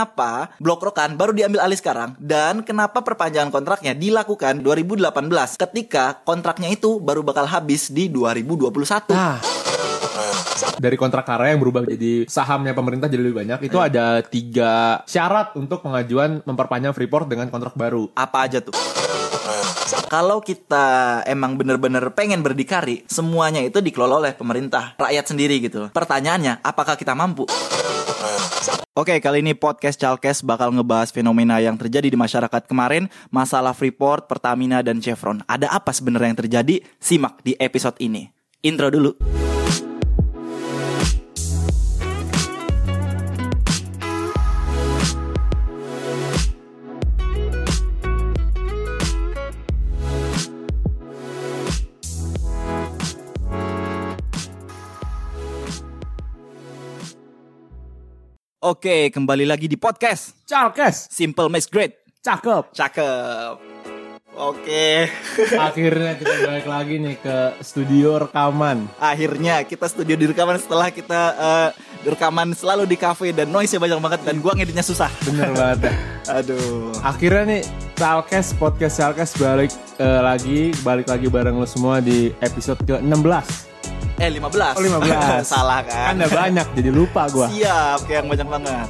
Kenapa blok rokan baru diambil alih sekarang dan kenapa perpanjangan kontraknya dilakukan 2018 ketika kontraknya itu baru bakal habis di 2021. Nah. Dari kontrak karya yang berubah jadi sahamnya pemerintah jadi lebih banyak Hmm. itu ada tiga syarat untuk pengajuan memperpanjang Freeport dengan kontrak baru. Apa aja tuh? Kalau kita emang bener-bener pengen berdikari, semuanya itu dikelola oleh pemerintah, rakyat sendiri gitu. Pertanyaannya, apakah kita mampu? Oke, kali ini podcast Chalkes bakal ngebahas fenomena yang terjadi di masyarakat kemarin, masalah Freeport, Pertamina, dan Chevron. Ada apa sebenarnya yang terjadi? Simak di episode ini. Intro dulu. Oke, kembali lagi di podcast Chalkes, Simple Makes Great. cakep. Cakep. Oke, Akhirnya kita balik lagi nih ke studio rekaman. akhirnya kita studio direkaman setelah kita eh, rekaman selalu di cafe dan noise-nya banyak banget dan gua ngeditnya susah. Bener banget. ya. Aduh. Akhirnya nih Chalkes podcast Chalkes balik eh, lagi balik lagi bareng lo semua di episode ke-16. Eh 15. Oh, 15. Salah kan? Kan ada banyak jadi lupa gua. Siap, kayak yang banyak banget.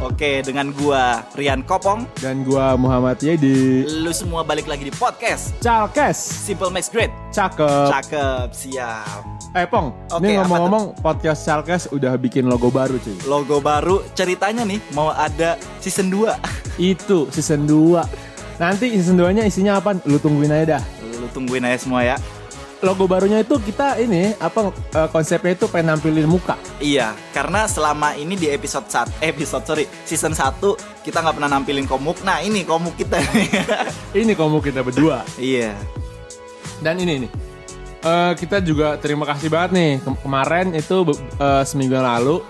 Oke, dengan gua Rian Kopong, Dan gua Muhammad Yedi. lu semua balik lagi di podcast Chalkes, Simple Makes Great. cakep. Cakep, siap. eh Pong, Oke, ini apa ngomong-ngomong podcast Chalkes udah bikin logo baru cuy. Logo baru, ceritanya nih mau ada season 2. Itu season 2. Nanti season 2-nya isinya apa? Lu tungguin aja dah. Lu tungguin aja semua ya. Logo barunya itu kita ini apa eh, konsepnya itu pengen nampilin muka. Iya, karena selama ini di episode 1 episode sorry, season 1 kita nggak pernah nampilin komuk. Nah, ini komuk kita. Ini kamu kita berdua. iya. Dan ini nih. Eh, kita juga terima kasih banget nih Kem- kemarin itu be- eh, seminggu yang lalu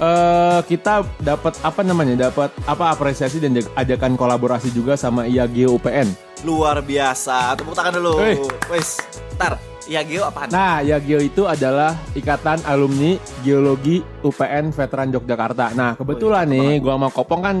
eh kita dapat apa namanya dapat apa apresiasi dan aj- ajakan kolaborasi juga sama IAGIO UPN. Luar biasa. Tepuk tangan dulu. Hei. Wes. Ntar, ya Geo apaan? Nah, Yagio itu adalah ikatan alumni geologi UPN Veteran Yogyakarta. Nah, kebetulan Oh iya, nih, gua sama Kopong kan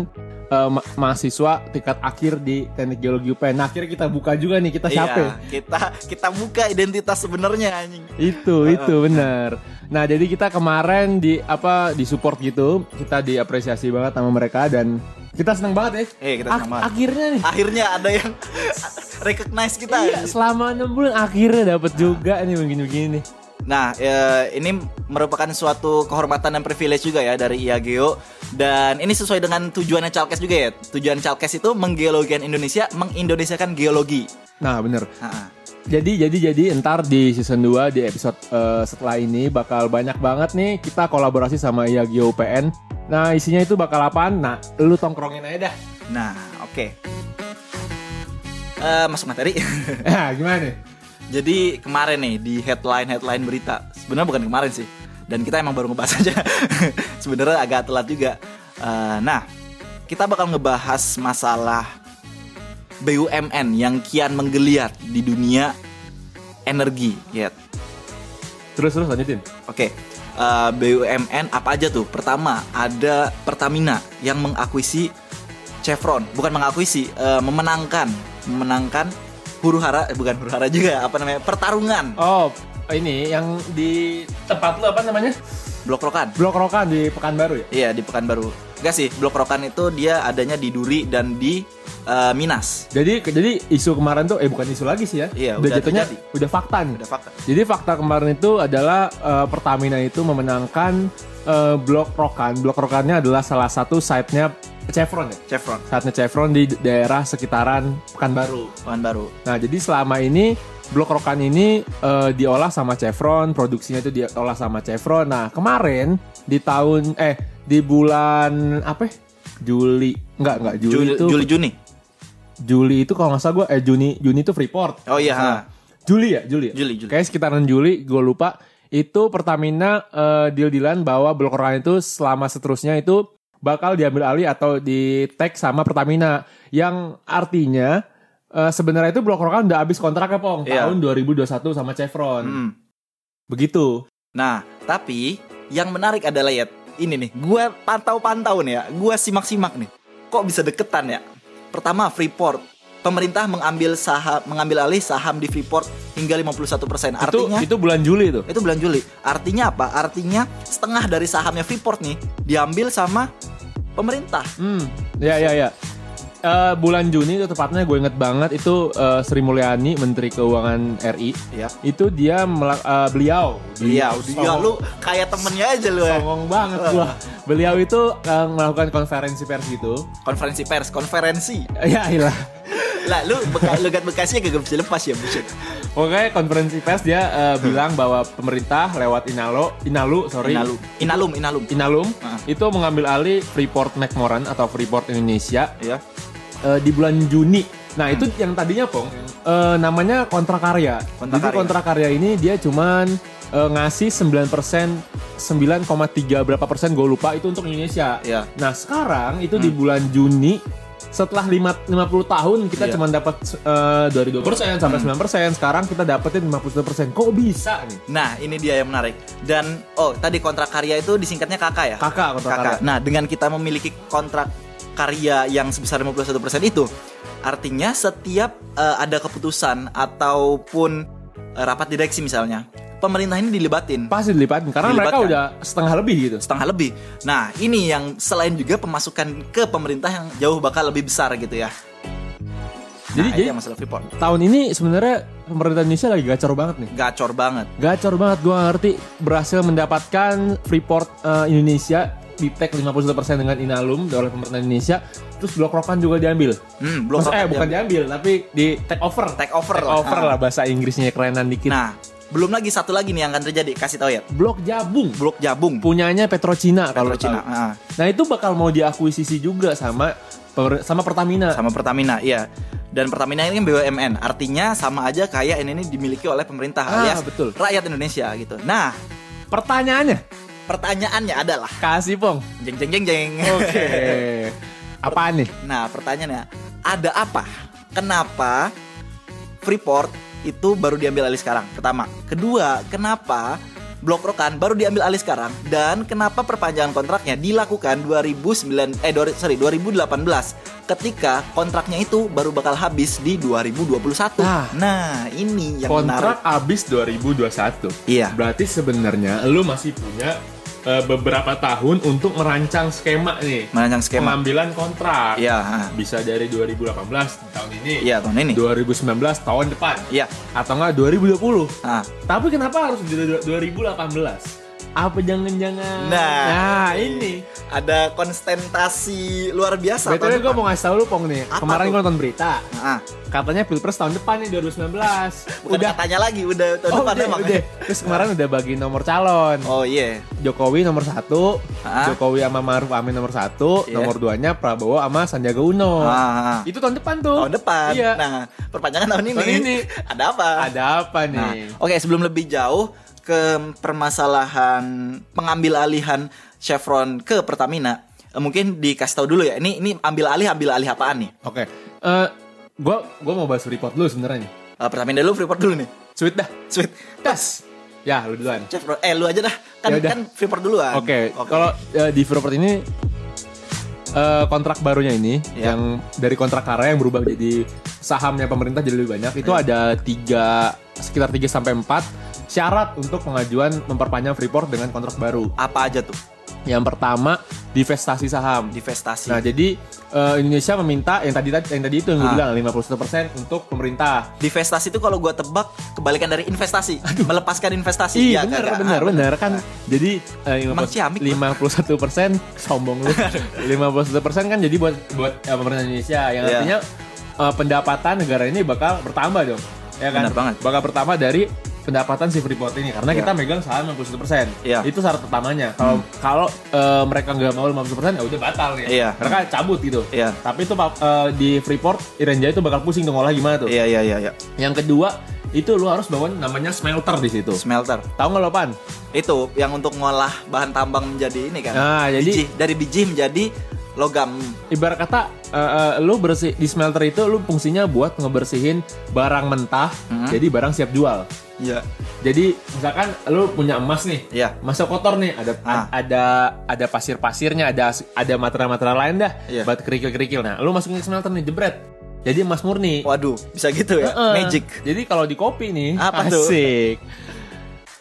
eh, ma- mahasiswa tingkat akhir di Teknik Geologi UPN. Nah, akhirnya kita buka juga nih kita siapa. ya? Iya, kita kita buka identitas sebenarnya anjing. Itu, itu benar. Nah, jadi kita kemarin di apa di support gitu, kita diapresiasi banget sama mereka dan kita senang banget ya. Eh, kita senang Ak- banget. Akhirnya nih. Akhirnya ada yang recognize kita. Iya, selama 6 bulan akhirnya dapat juga nih begini-begini nih. Nah, eh, ini merupakan suatu kehormatan dan privilege juga ya dari IAGEO dan ini sesuai dengan tujuannya Chalkes juga ya. Tujuan Chalkes itu menggeologikan Indonesia, mengindonesiakan geologi. Nah, bener. Ha-ha. Jadi jadi jadi entar di season 2 di episode eh, setelah ini bakal banyak banget nih kita kolaborasi sama Yagio UPN. Nah, isinya itu bakal apaan? Nah, lu tongkrongin aja dah. Nah, oke. Eh, masuk materi. Eh, gimana nih? Jadi kemarin nih di headline headline berita sebenarnya bukan kemarin sih dan kita emang baru ngebahas aja sebenarnya agak telat juga. Eh, nah kita bakal ngebahas masalah BUMN yang kian menggeliat di dunia energi. ya. Terus terus lanjutin. Oke, eh, BUMN apa aja tuh? Pertama ada Pertamina yang mengakuisi Chevron, bukan mengakuisi, eh, memenangkan, memenangkan huru hara, eh, bukan huru hara juga, apa namanya pertarungan Oh, ini yang di tempat lu apa namanya? blok rokan. Blok Rokan di Pekanbaru ya? Iya di Pekanbaru. Enggak sih, blok rokan itu dia adanya di Duri dan di eh, Minas. Jadi jadi isu kemarin tuh eh bukan isu lagi sih ya. Iya, udah udah jatuhnya terjadi. udah fakta nih. Udah fakta. Jadi fakta kemarin itu adalah eh, Pertamina itu memenangkan eh, Blok Rokan. Blok Rokannya adalah salah satu site-nya Chevron ya. Chevron, Saatnya Chevron di daerah sekitaran Pekanbaru. Pekanbaru. Nah, jadi selama ini blok rokan ini eh, diolah sama Chevron, produksinya itu diolah sama Chevron. Nah, kemarin di tahun eh di bulan apa? ya? Juli. Enggak, enggak Juli, Juli, itu. Juli Juni. Juli itu kalau nggak salah gue eh Juni Juni itu Freeport. Oh iya, Nah, ha. Juli ya, Juli. Ya? Juli, Juli. Kayak sekitaran Juli, gue lupa. Itu Pertamina eh, deal-dealan bahwa blok rokan itu selama seterusnya itu bakal diambil alih atau di tag sama Pertamina. Yang artinya eh, sebenarnya itu blok rokan udah habis kontraknya pong Iya. tahun 2021 sama Chevron. Hmm. Begitu. Nah, tapi yang menarik adalah ya ini nih, gue pantau-pantau nih ya, gue simak-simak nih. Kok bisa deketan ya? Pertama Freeport, pemerintah mengambil saham mengambil alih saham di Freeport hingga 51%. Itu Artinya itu bulan Juli itu. itu bulan Juli. Artinya apa? Artinya setengah dari sahamnya Freeport nih diambil sama pemerintah. Hmm, ya ya ya. Eh, bulan Juni itu tepatnya gue inget banget itu eh, Sri Mulyani Menteri Keuangan RI Ya. itu dia melak- eh, Iya. beliau Iya, iya Songong- lu kayak temennya aja lu ya. songong banget gua. Beliau itu eh, melakukan konferensi pers gitu. Konferensi pers, konferensi. Eh, Ya ilah. Lah lu beka, lu gat bekasnya kagak bisa lepas ya, buset. Oke, konferensi pers dia eh, bilang bahwa pemerintah lewat Inalo, Inalu, sorry, Inalum, inalum, inalum. Inalum Ah. itu mengambil alih Freeport McMoran atau Freeport Indonesia Iya. eh, di bulan Juni. Nah itu yang tadinya Pong eh, namanya kontrak karya. Kontrak Jadi karya. kontrak karya ini dia cuman eh, ngasih 9 persen 9,3 berapa persen gue lupa itu untuk Indonesia. Iya. Nah sekarang itu di bulan Juni setelah lima- 50 tahun kita Iya. cuman dapat eh, dari 2 persen sampai 9 persen. Sekarang kita dapetin 51 persen. Kok bisa nih? Nah, ini dia yang menarik. Dan oh, tadi kontrak karya itu disingkatnya kakak ya? Kakak kontrak karya. Kakak. Nah, dengan kita memiliki kontrak karya yang sebesar 51% itu, artinya setiap eh, ada keputusan ataupun eh, rapat direksi misalnya, pemerintah ini dilibatin Pasti dilipatin karena mereka Dilibatkan. udah setengah lebih gitu. setengah lebih. Nah, ini yang selain juga pemasukan ke pemerintah yang jauh bakal lebih besar gitu ya. Jadi- Jadi, jadi- masalah Freeport. Tahun ini sebenarnya pemerintah Indonesia lagi gacor banget nih. Gacor banget. Gacor banget gue ngerti berhasil mendapatkan Freeport eh, Indonesia di tag 51% dengan Inalum oleh pemerintah Indonesia terus Blok Rokan juga diambil. Hmm, belum Mas- eh sempat bukan jam. diambil tapi di take over. Take over Take lah. Ah. over lah bahasa Inggrisnya kerenan dikit. Nah, belum lagi satu lagi nih yang akan terjadi. Kasih tahu ya. Blok Jabung Blok Jabung. punyanya Petrocina kalau Kalau Cina. tahu. Ah. Nah itu bakal mau diakuisisi juga sama pemer- sama Pertamina. sama Pertamina iya dan Pertamina ini kan BUMN artinya sama aja kayak ini ini dimiliki oleh pemerintah Ah, alias betul. rakyat Indonesia gitu nah Pertanyaannya, pertanyaannya adalah kasih pong. jeng jeng jeng jeng Oke. Apaan nih? nah pertanyaannya ada apa kenapa Freeport itu baru diambil alih sekarang pertama kedua kenapa Blok Rokan baru diambil alih sekarang dan kenapa perpanjangan kontraknya dilakukan 2009 eh dua- sorry 2018 ketika kontraknya itu baru bakal habis di 2021. Nah. Nah, ini yang kontrak habis 2021. Iya. Berarti sebenarnya lu masih punya eh, beberapa tahun untuk merancang skema nih. menarik merancang skema. Pengambilan kontrak. Iya, ah. Bisa dari 2018 tahun ini. iya tahun ini. 2019 tahun depan. Iya. Atau enggak 2020. Ah, Tapi kenapa harus dari du- 2018? Apa jangan-jangan? Nah. ini. ada konstentasi luar biasa. tahun Betulnya gue depan. mau ngasih tau lu Pong nih. Apa Kemarin tuh? gue nonton berita. Ah, Katanya Pilpres tahun depan nih 2019. bukan udah. katanya lagi udah tahun Oh, depan udah, emang. udah. Terus kemarin udah bagi nomor calon. Oh iya. Jokowi nomor satu, Ah. Jokowi sama Maruf Amin nomor satu, Iya. nomor duanya Prabowo sama Sandiaga Uno. Ah, ah. Itu tahun depan tuh. Tahun depan. Iya. Nah, perpanjangan tahun ini. Tahun ini. Ada apa? Ada apa Nah, nih? oke sebelum lebih jauh ke permasalahan pengambil alihan Chevron ke Pertamina, eh, mungkin dikasih tahu dulu ya. Ini ini ambil alih ambil alih apaan nih? Oke. Eh, gua gua mau bahas report dulu sebenarnya. nih. Eh, Pertamina dulu, Freeport dulu nih. Sweet dah. Sweet. Tas. Ya, lu duluan. Chevron, eh lu aja dah. Kan Yaudah. kan Freeport duluan. Oke, kalau eh, di Freeport ini eh, kontrak barunya ini Iya. yang dari kontrak karya yang berubah jadi sahamnya pemerintah jadi lebih banyak itu ada tiga sekitar 3 sampai 4 syarat untuk pengajuan memperpanjang Freeport dengan kontrak baru. apa aja tuh Yang pertama, divestasi saham. divestasi? Nah, jadi eh, Indonesia meminta yang tadi yang tadi itu yang gue Ah. bilang 51% untuk pemerintah. divestasi itu kalau gua tebak kebalikan dari investasi, melepaskan investasi. Iya, Iya, benar, kagak? benar, Ah, benar kan. Jadi eh, Emang ciamik, 51 persen sombong lu. 51 persen kan jadi buat buat eh, pemerintah Indonesia yang Iya. artinya eh, pendapatan negara ini bakal bertambah dong. Ya kan? Benar banget. Bakal bertambah dari pendapatan si Freeport ini karena Iya. kita megang saham 51 persen. Iya. Hmm. Itu syarat pertamanya. Kalau kalau eh, mereka nggak mau 50 persen, ya udah batal ya. Iya. Mereka cabut gitu. Iya. Tapi itu Pak, eh, di Freeport Irenja itu bakal pusing dong olah gimana tuh. Iya, iya, iya, iya. Yang kedua itu lu harus bawa namanya smelter di situ. Smelter. Tahu nggak lo pan? Itu yang untuk ngolah bahan tambang menjadi ini kan. Nah, Biji. jadi- dari biji menjadi logam. Ibarat kata eh, eh, lu bersih di smelter itu lu fungsinya buat ngebersihin barang mentah Hmm. jadi barang siap jual. Iya. Jadi misalkan lu punya emas nih, Iya. Masuk kotor nih, ada Ah. a- ada ada pasir-pasirnya, ada ada material-material lain dah, Iya. buat kerikil-kerikil. Nah, lu masukin ke smelter nih, jebret. Jadi emas murni. Waduh, bisa gitu ya. Heeh. Magic. Jadi kalau di kopi nih, Apa tuh? asik.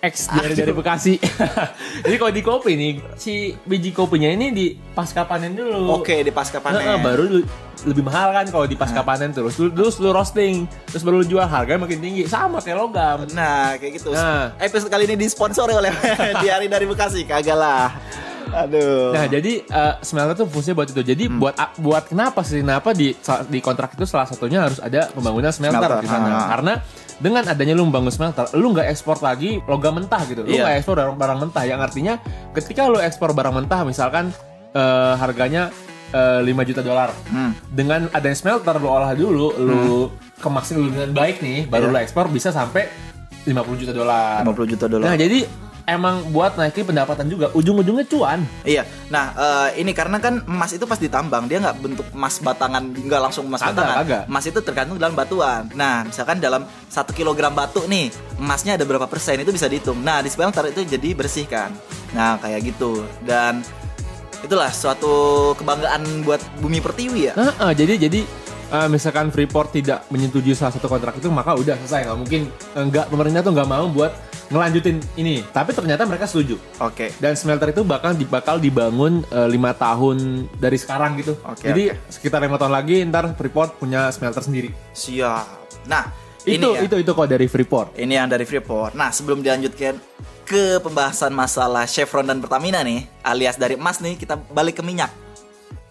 X Aduh. dari, dari Bekasi. Jadi kalau di kopi nih, si biji kopinya ini di pasca panen dulu. Oke, di pasca panen. Nah. Heeh, baru lu- lebih mahal kan kalau di pasca panen terus lu, terus lu roasting terus baru lu jual harganya makin tinggi sama kayak logam Nah, kayak gitu. Nah. Episode kali ini disponsori oleh Diari dari Bekasi, kagak lah. Aduh. Nah, jadi eh, smelter tuh fungsinya buat itu. Jadi Hmm. buat buat kenapa sih? Kenapa di di kontrak itu salah satunya harus ada pembangunan smelter, Smelter, di sana? ah. Karena dengan adanya lu membangun smelter, lu nggak ekspor lagi logam mentah gitu. Lu Iya. nggak ekspor barang, barang mentah. Yang artinya ketika lu ekspor barang mentah, misalkan eh, harganya eh, 5 juta dolar. Hmm. Dengan adanya smelter lu olah dulu, lu kemasin dulu dengan baik nih, Iya. baru lu ekspor bisa sampai 50 juta dolar. 50 juta dolar. Nah, jadi emang buat naikin pendapatan juga. Ujung-ujungnya cuan. Iya, nah eh, ini karena kan emas itu pas ditambang dia nggak bentuk emas batangan, nggak langsung emas Kagak, batangan. kagak. Emas itu tergantung dalam batuan. Nah, misalkan dalam satu kilogram batu nih emasnya ada berapa persen itu bisa dihitung. Nah, di smelter itu jadi bersihkan. Nah, kayak gitu dan itulah suatu kebanggaan buat bumi pertiwi ya. Nah, eh, jadi jadi eh, misalkan Freeport tidak menyetujui salah satu kontrak itu maka udah selesai nggak mungkin enggak pemerintah tuh nggak mau buat ngelanjutin ini. Tapi ternyata mereka setuju. Oke. Dan smelter itu bakal di- bakal dibangun eh, lima tahun dari sekarang gitu. Oke, jadi sekitar lima tahun lagi ntar Freeport punya smelter sendiri. Siap. Nah, ini Itu ya. itu itu kok dari Freeport. Ini yang dari Freeport. Nah, sebelum dilanjutkan ke pembahasan masalah Chevron dan Pertamina nih, alias dari emas nih, kita balik ke minyak.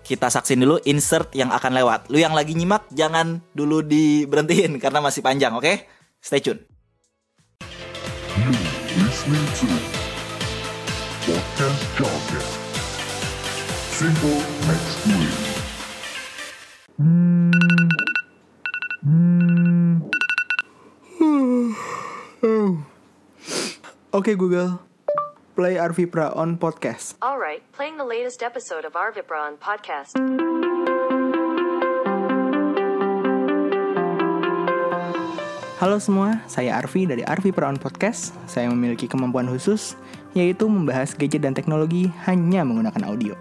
Kita saksin dulu insert yang akan lewat. Lu yang lagi nyimak jangan dulu diberhentiin karena masih panjang, oke? Stay tune. listening to Podcast Jargon. Simple next week. Oke Google, play Arvipra on podcast. All right, playing the latest episode of Arvibra on podcast. Halo semua, saya Arvi dari Arvipra on podcast. Saya memiliki kemampuan khusus, yaitu membahas gadget dan teknologi hanya menggunakan audio.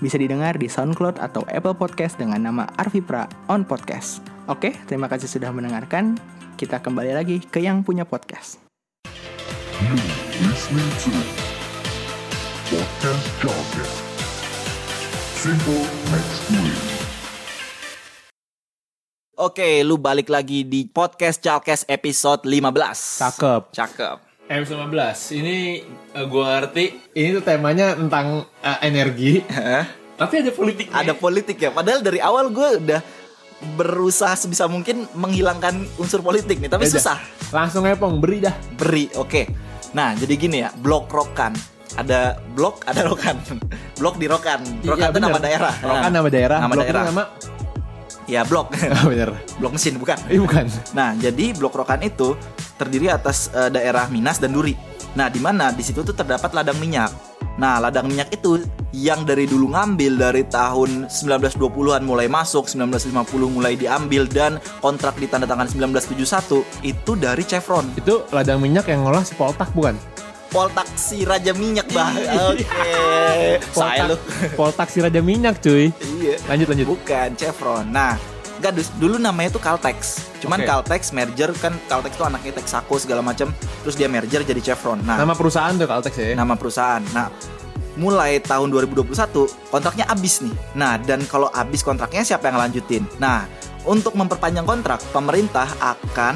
Bisa didengar di SoundCloud atau Apple Podcast dengan nama Arvipra on podcast. Oke, terima kasih sudah mendengarkan. Kita kembali lagi ke yang punya podcast. Listening to Podcast Jargon. Simple next week. Oke, lu balik lagi di podcast Chalkes episode 15. Cakep. Cakep. M19 ini eh, gua ngerti ini tuh temanya tentang eh, energi. Tapi ada politik. Ada politik ya. Padahal dari awal gue udah berusaha sebisa mungkin menghilangkan unsur politik nih, tapi susah. Langsung ngepong beri dah. beri oke nah jadi gini ya blok rokan ada blok ada rokan blok di rokan rokan Iya, itu nama bener. daerah Rokan Nah, nama daerah. nama Blok itu daerah Nama... ya blok Ah, bener. blok mesin bukan Eh, bukan. nah jadi blok rokan itu terdiri atas eh, daerah Minas dan Duri nah di mana di situ tuh terdapat ladang minyak nah ladang minyak itu yang dari dulu ngambil dari tahun 1920-an mulai masuk 1950 mulai diambil dan kontrak ditandatangan 1971 itu dari Chevron Itu ladang minyak yang ngolah si Poltak bukan? Poltak si Raja Minyak bah. Oke. Saya lu. Poltak, Poltak si Raja Minyak cuy. Iya. Lanjut lanjut. Bukan Chevron. Nah, enggak dus- dulu namanya tuh Caltex. Cuman Oke. Caltex merger kan Caltex tuh anaknya Texaco segala macam. Terus dia merger jadi Chevron. Nah, nama, Nama perusahaan tuh Caltex ya. perusahaan. Nah, mulai tahun 2021 kontraknya habis nih. Nah, dan kalau habis kontraknya siapa yang lanjutin? Nah, untuk memperpanjang kontrak, pemerintah akan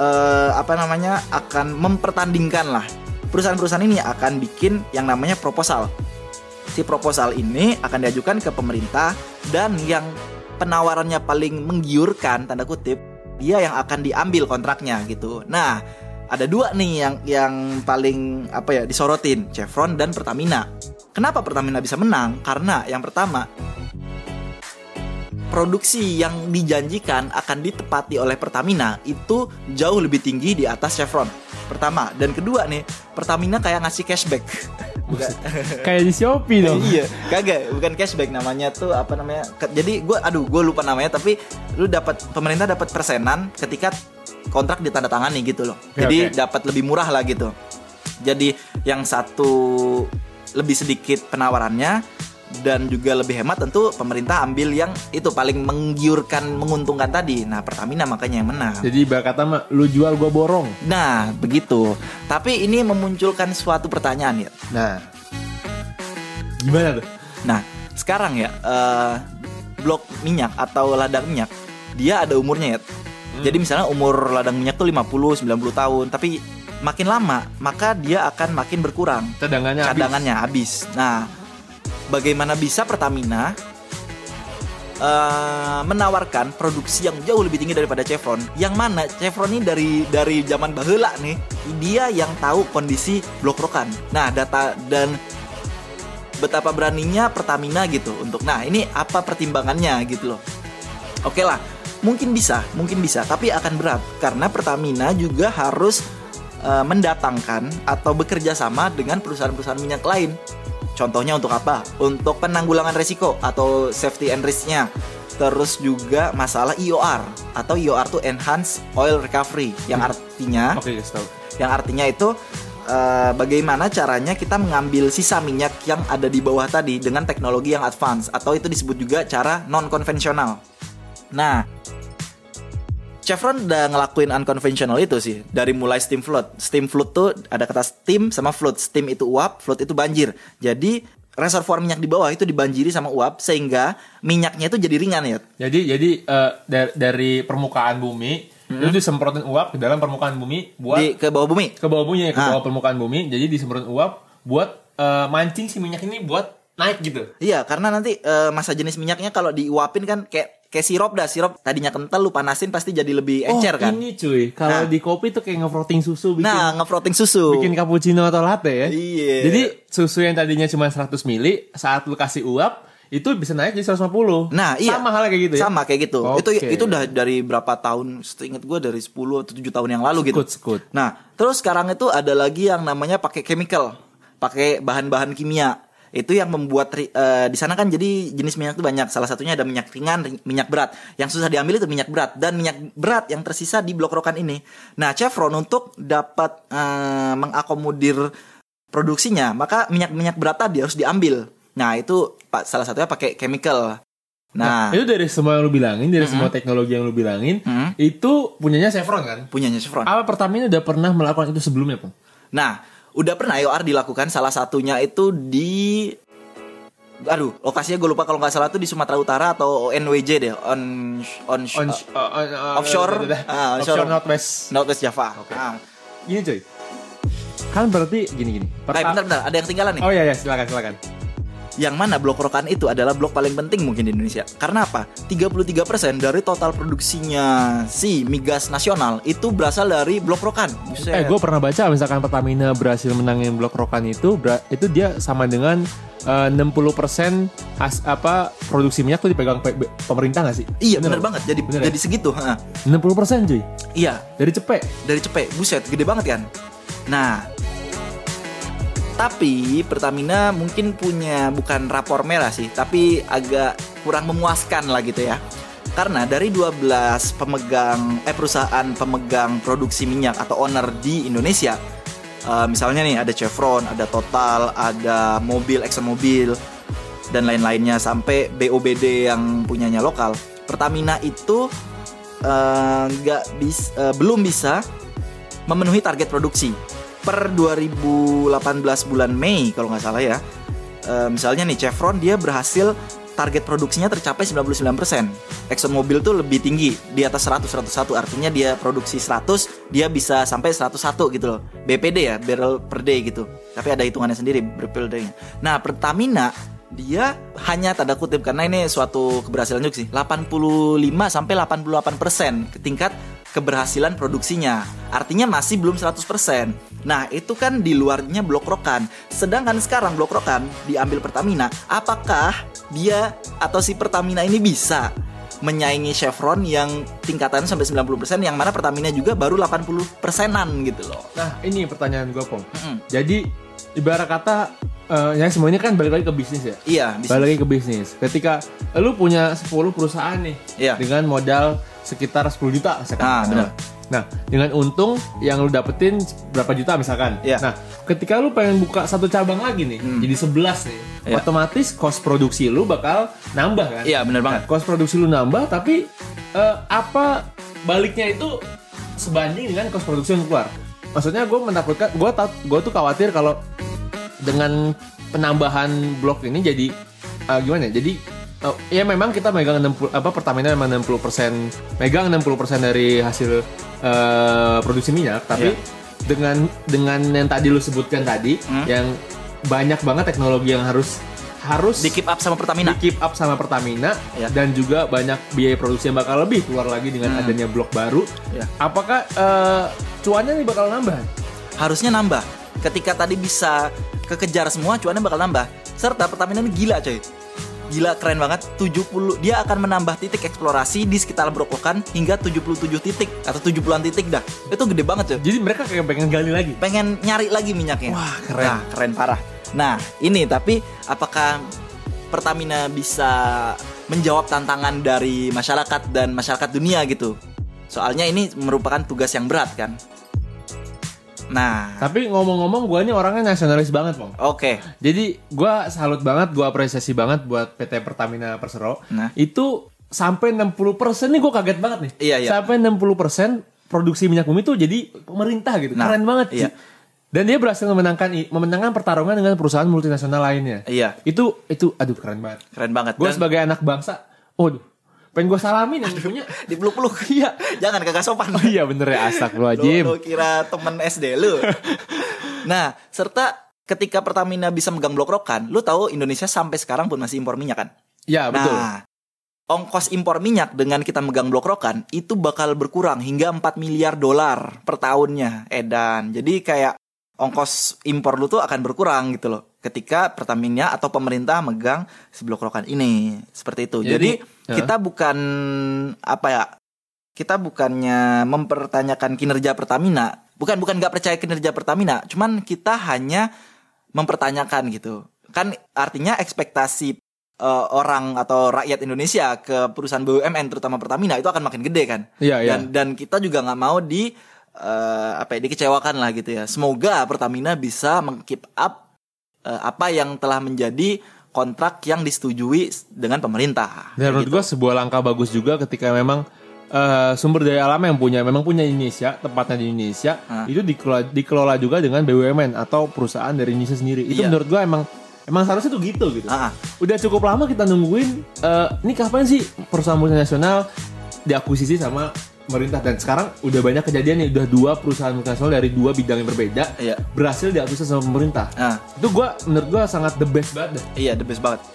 eh, apa namanya? akan mempertandingkan lah. Perusahaan-perusahaan ini akan bikin yang namanya proposal. Si proposal ini akan diajukan ke pemerintah dan yang penawarannya paling menggiurkan tanda kutip dia yang akan diambil kontraknya gitu. Nah, ada dua nih yang yang paling apa ya disorotin, Chevron dan Pertamina. Kenapa Pertamina bisa menang? Karena yang pertama produksi yang dijanjikan akan ditepati oleh Pertamina itu jauh lebih tinggi di atas Chevron. Pertama, dan kedua nih, Pertamina kayak ngasih cashback. Bukan. Kayak di Shopee dong. iya, kagak, bukan cashback namanya tuh apa namanya? ke- jadi gua aduh, gua lupa namanya tapi lu dapat pemerintah dapat persenan ketika kontrak ditandatangani gitu loh. Oke, jadi Ya, oke. dapat lebih murah lah gitu. Jadi yang satu lebih sedikit penawarannya dan juga lebih hemat tentu pemerintah ambil yang itu paling menggiurkan menguntungkan tadi. Nah, Pertamina makanya yang menang. Jadi ibarat kata mah lu jual gua borong. Nah, begitu. Tapi ini memunculkan suatu pertanyaan ya. Nah. Gimana tuh? Nah, sekarang ya eh, blok minyak atau ladang minyak dia ada umurnya ya. Jadi misalnya umur ladang minyak tuh 50 90 tahun, tapi makin lama maka dia akan makin berkurang Cadangannya Ya, habis. cadangannya habis. Nah, bagaimana bisa Pertamina eh, menawarkan produksi yang jauh lebih tinggi daripada Chevron? Yang mana Chevron ini dari dari zaman baheula nih, dia yang tahu kondisi blok rokan. Nah, data dan betapa beraninya Pertamina gitu untuk nah ini apa pertimbangannya gitu loh oke lah mungkin bisa mungkin bisa tapi akan berat karena Pertamina juga harus eh, mendatangkan atau bekerja sama dengan perusahaan-perusahaan minyak lain contohnya untuk apa untuk penanggulangan resiko atau safety and risk-nya terus juga masalah EOR atau EOR itu Enhanced Oil Recovery yang artinya Oke, guys, tahu. yang artinya itu eh, bagaimana caranya kita mengambil sisa minyak yang ada di bawah tadi dengan teknologi yang advance atau itu disebut juga cara non konvensional. Nah, Chevron udah ngelakuin unconventional itu sih dari mulai steam flood. Steam flood tuh ada kata steam sama flood. Steam itu uap, flood itu banjir. Jadi reservoir minyak di bawah itu dibanjiri sama uap sehingga minyaknya itu jadi ringan ya. Jadi jadi eh, dari, dari permukaan bumi itu disemprotin uap ke dalam permukaan bumi Hmm. buat Di ke bawah bumi. ke bawah bumi ya, ke Ah. bawah permukaan bumi. Jadi disemprotin uap buat eh, mancing si minyak ini buat naik gitu. Iya, karena nanti eh, masa jenis minyaknya kalau diuapin kan kayak kayak sirup dah, sirup tadinya kental lu panasin pasti jadi lebih encer oh, kan. ini cuy, Nah. kalau di kopi tuh kayak ngefroting susu bikin Nah, ngefroting susu. bikin cappuccino atau latte ya. Iya. Jadi susu yang tadinya cuma 100 mili saat lu kasih uap itu bisa naik jadi 150. Nah, iya. Sama halnya kayak gitu ya. Sama kayak gitu. Itu Oke. itu udah dari berapa tahun? Seingat gue dari 10 atau 7 tahun yang lalu gitu. Sekut, sekut. Nah, terus sekarang itu ada lagi yang namanya pakai chemical, pakai bahan-bahan kimia. Itu yang membuat ri- eh, di sana kan jadi jenis minyak itu banyak. Salah satunya ada minyak ringan, ri- minyak berat. Yang susah diambil itu minyak berat dan minyak berat yang tersisa di blok rokan ini. Nah, Chevron untuk dapat eh, mengakomodir produksinya, maka minyak-minyak berat tadi harus diambil. Nah, itu Pak salah satunya pakai chemical. Nah, Itu dari semua yang lu bilangin, dari semua teknologi yang lu bilangin, Mhm. itu punyanya Chevron kan? punyanya Chevron. Apa Pertamina udah pernah melakukan itu sebelumnya, Pung? Nah, udah pernah IOR dilakukan salah satunya itu di aduh lokasinya gue lupa kalau nggak salah tuh di Sumatera Utara atau NWJ deh on on, On, uh, on- uh, Offshore? udah, udah, udah. Ah, offshore. offshore. Northwest. Northwest Java. Oke. Nah, Gini cuy. Kan berarti gini-gini. eh, Perta- bentar bentar ada yang ketinggalan nih. Oh iya, iya, silakan silakan. Yang mana blok rokan itu adalah blok paling penting mungkin di Indonesia. Karena apa? 33% dari total produksinya si migas nasional itu berasal dari blok rokan. Buset. Eh, gue pernah baca misalkan Pertamina berhasil menangin blok rokan itu, bera- itu dia sama dengan eh, 60% as, apa produksi minyak tuh dipegang pe- be- pemerintah nggak sih? Iya bener, banget. Jadi Bener ya? jadi segitu. ha. 60% cuy. Iya, Dari cepet. dari cepek buset gede banget kan nah tapi Pertamina mungkin punya bukan rapor merah sih tapi agak kurang memuaskan lah gitu ya karena dari 12 pemegang eh perusahaan pemegang produksi minyak atau owner di Indonesia eh, misalnya nih ada Chevron, ada Total, ada Mobil, ExxonMobil dan lain-lainnya sampai BOBD yang punyanya lokal. Pertamina itu eh, nggak bis- eh, belum bisa memenuhi target produksi per 2018 bulan Mei kalau nggak salah ya. Eh, misalnya nih Chevron dia berhasil target produksinya tercapai 99%. ExxonMobil tuh lebih tinggi di atas 100 101 artinya dia produksi 100 dia bisa sampai 101 gitu loh. BPD ya barrel per day gitu. Tapi ada hitungannya sendiri barrel per day. Nah, Pertamina dia hanya tanda kutip karena ini suatu keberhasilan juga sih 85 sampai 88% ke tingkat keberhasilan produksinya artinya masih belum 100% nah itu kan di luarnya blok rokan sedangkan sekarang blok rokan diambil Pertamina apakah dia atau si Pertamina ini bisa menyaingi Chevron yang tingkatannya sampai 90% yang mana Pertamina juga baru 80%an gitu loh Nah, ini pertanyaan gue, Pong. Mm-mm. Jadi ibarat kata eh, ya semua ini kan balik lagi ke bisnis ya. Iya, bisnis. Balik lagi ke bisnis. Ketika lu punya 10 perusahaan nih Iya. dengan modal sekitar 10 juta misalkan. Ah, benar. Nah, dengan untung yang lu dapetin berapa juta misalkan. Iya. Hmm. Nah, ketika lu pengen buka satu cabang lagi nih, jadi 11 nih. Iya. Otomatis cost produksi lu bakal nambah kan? Iya, benar banget. Nah, cost produksi lu nambah tapi eh, apa baliknya itu sebanding dengan cost produksi yang keluar. Maksudnya gue menakutkan, gue gue tuh khawatir kalau dengan penambahan blok ini jadi eh, gimana ya? Jadi eh, ya memang kita megang 60 apa Pertamina memang 60% megang 60% dari hasil eh, produksi minyak, tapi dengan dengan yang tadi lu sebutkan tadi yang banyak banget teknologi yang harus harus Di keep up sama Pertamina. di keep up sama Pertamina Ya. Hmm. dan juga banyak biaya produksi yang bakal lebih keluar lagi dengan adanya blok baru. Ya. Apakah eh, cuannya nih bakal nambah? harusnya nambah. Ketika tadi bisa kekejar semua, cuannya bakal nambah. Serta Pertamina ini gila coy. Gila keren banget 70 dia akan menambah titik eksplorasi di sekitar Brokokan hingga 77 titik atau 70-an titik dah. Itu gede banget coy. Jadi mereka kayak pengen gali lagi. Pengen nyari lagi minyaknya. Wah, keren. Nah, keren parah. Nah, ini tapi apakah Pertamina bisa menjawab tantangan dari masyarakat dan masyarakat dunia gitu? Soalnya ini merupakan tugas yang berat kan. Nah, Tapi ngomong-ngomong, gue ini orangnya nasionalis banget, Bang. Oke, Jadi gue salut banget, gue apresiasi banget buat PT Pertamina Persero. Nah. Itu sampai 60% nih gue kaget banget nih. Iya, iya. Sampai 60% produksi minyak bumi tuh jadi pemerintah gitu. Nah, Keren banget iya. sih. Dan dia berhasil memenangkan memenangkan pertarungan dengan perusahaan multinasional lainnya. Iya. Itu itu aduh keren banget. keren banget. Gue Dan sebagai anak bangsa, waduh, pengen gue salamin yang punya. dipeluk-peluk. Iya, jangan kagak sopan. Oh iya bener ya, astagfirullahaladzim. Lu, lu kira temen SD lu. nah, serta ketika Pertamina bisa megang blok rokan, lu tahu Indonesia sampai sekarang pun masih impor minyak kan? Ya betul. Nah, ongkos impor minyak dengan kita megang blok rokan itu bakal berkurang hingga 4 miliar dolar per tahunnya, Edan. Jadi kayak ongkos impor lu tuh akan berkurang gitu loh ketika Pertamina atau pemerintah megang si blok rokan ini seperti itu. Jadi, Jadi, ya. kita bukan apa ya? Kita bukannya mempertanyakan kinerja Pertamina, bukan bukan nggak percaya kinerja Pertamina, cuman kita hanya mempertanyakan gitu. Kan artinya ekspektasi eh, orang atau rakyat Indonesia ke perusahaan BUMN terutama Pertamina itu akan makin gede kan. Iya, iya. Dan dan kita juga nggak mau di eh, apa ya dikecewakan lah gitu ya. Semoga Pertamina bisa meng-keep up eh, apa yang telah menjadi kontrak yang disetujui s- dengan pemerintah. Dan menurut gue sebuah langkah bagus juga ketika memang eh, sumber daya alam yang punya memang punya Indonesia tempatnya di Indonesia Ah. itu dikelola, dikelola juga dengan BUMN atau perusahaan dari Indonesia sendiri Iya. itu menurut gue emang emang seharusnya tuh gitu gitu Ah. udah cukup lama kita nungguin eh, ini kapan sih perusahaan multinasional diakuisisi sama pemerintah dan sekarang udah banyak kejadian nih udah dua perusahaan multinasional dari dua bidang yang berbeda Iya. berhasil diakuisisi sama pemerintah Ah. itu gue menurut gue sangat the best banget dah. Iya, the best banget.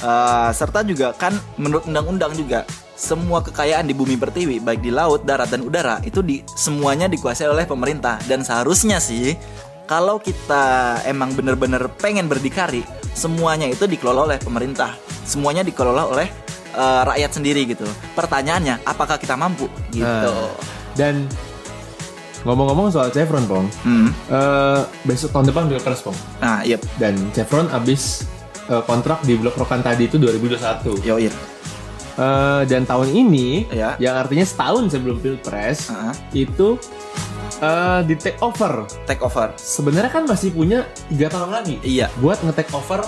Eh, serta juga kan menurut undang-undang juga semua kekayaan di bumi pertiwi baik di laut, darat dan udara itu di semuanya dikuasai oleh pemerintah dan seharusnya sih kalau kita emang bener-bener pengen berdikari semuanya itu dikelola oleh pemerintah semuanya dikelola oleh eh, rakyat sendiri gitu pertanyaannya apakah kita mampu gitu Nah, dan ngomong-ngomong soal Chevron, Pong. Hmm. Eh, besok tahun depan Pilpres, Pong. nah iya Dan Chevron abis eh, kontrak di Blok Rokan tadi itu 2021. yo iya Eh, dan tahun ini, Iya. yang artinya setahun sebelum Pilpres, Ah. itu eh, di take over. take over Sebenarnya kan masih punya 3 tahun lagi. Iya. Buat nge-take over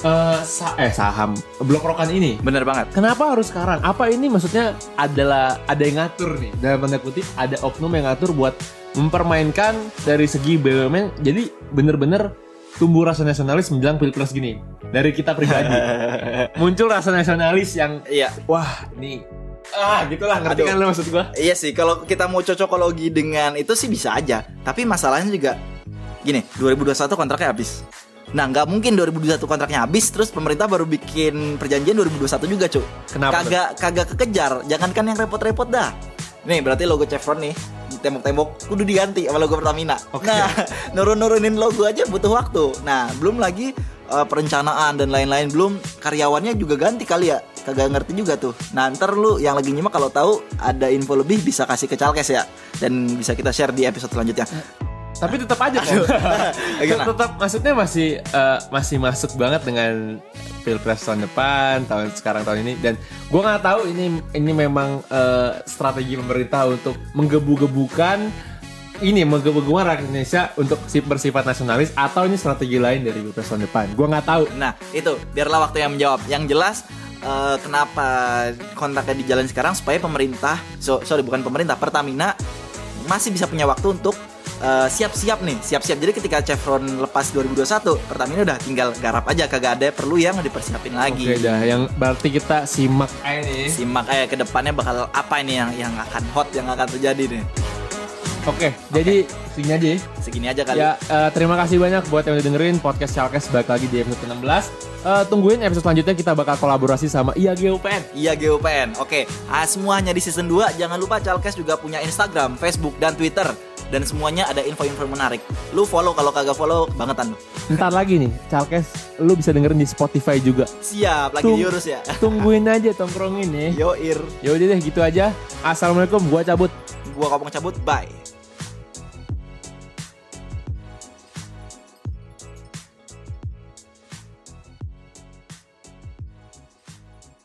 eh, sa- eh, saham Blok Rokan ini. bener banget Kenapa harus sekarang? Apa ini maksudnya adalah ada yang ngatur nih? Dalam tanda kutip ada oknum yang ngatur buat mempermainkan dari segi BUMN. Jadi bener-bener tumbuh rasa nasionalis menjelang pilpres gini. Dari kita pribadi muncul rasa nasionalis yang iya wah ini ah gitulah Aduh. ngerti kan lo maksud gua? Iya sih, kalau kita mau cocokologi dengan itu sih bisa aja. Tapi masalahnya juga gini, 2021 kontraknya habis. Nah, nggak mungkin 2021 kontraknya habis terus pemerintah baru bikin perjanjian 2021 juga, Cuk. Kenapa Kagak kagak kekejar, jangankan yang repot-repot dah. Nih, berarti logo Chevron nih di tembok-tembok kudu diganti sama logo Pertamina. Oke. Nah, nurun-nurunin logo aja butuh waktu. Nah, belum lagi eh, perencanaan dan lain-lain belum karyawannya juga ganti kali ya. Kagak ngerti juga tuh. Nah, ntar lu yang lagi nyimak kalau tahu ada info lebih bisa kasih ke Calkes ya dan bisa kita share di episode selanjutnya. Tapi tetap aja kan. Gimana? tetap maksudnya masih eh, masih masuk banget dengan pilpres tahun depan, tahun sekarang tahun ini dan gua nggak tahu ini ini memang eh, strategi pemerintah untuk menggebu-gebukan ini menggebu-gebukan rakyat Indonesia untuk si- bersifat nasionalis atau ini strategi lain dari pilpres tahun depan. Gua nggak tahu. Nah, itu biarlah waktu yang menjawab. Yang jelas eh, kenapa kontaknya di jalan sekarang supaya pemerintah, so, sorry bukan pemerintah, Pertamina masih bisa punya waktu untuk eh, siap-siap nih, siap-siap. Jadi ketika Chevron lepas 2021, Pertamina udah tinggal garap aja, kagak ada perlu yang dipersiapin lagi. Oke dah, yang berarti kita simak aja nih. Simak aja ke depannya bakal apa ini yang yang akan hot yang akan terjadi nih. Oke, jadi segini aja ya. Segini aja kali. Ya, eh, terima kasih banyak buat yang udah dengerin podcast Chalkes balik lagi di episode 16. tungguin episode selanjutnya kita bakal kolaborasi sama IAG UPN. Iya GUPN. Oke, ah, semuanya di season 2 jangan lupa Chalkes juga punya Instagram, Facebook dan Twitter dan semuanya ada info-info menarik. Lu follow kalau kagak follow bangetan lu. Ntar lagi nih, Chalkes lu bisa dengerin di Spotify juga. Siap, lagi Tung- diurus ya. Tungguin aja tongkrongin nih. Ya Yoir, Yaudah deh gitu aja. Assalamualaikum, gua cabut. gua kopong cabut, bye.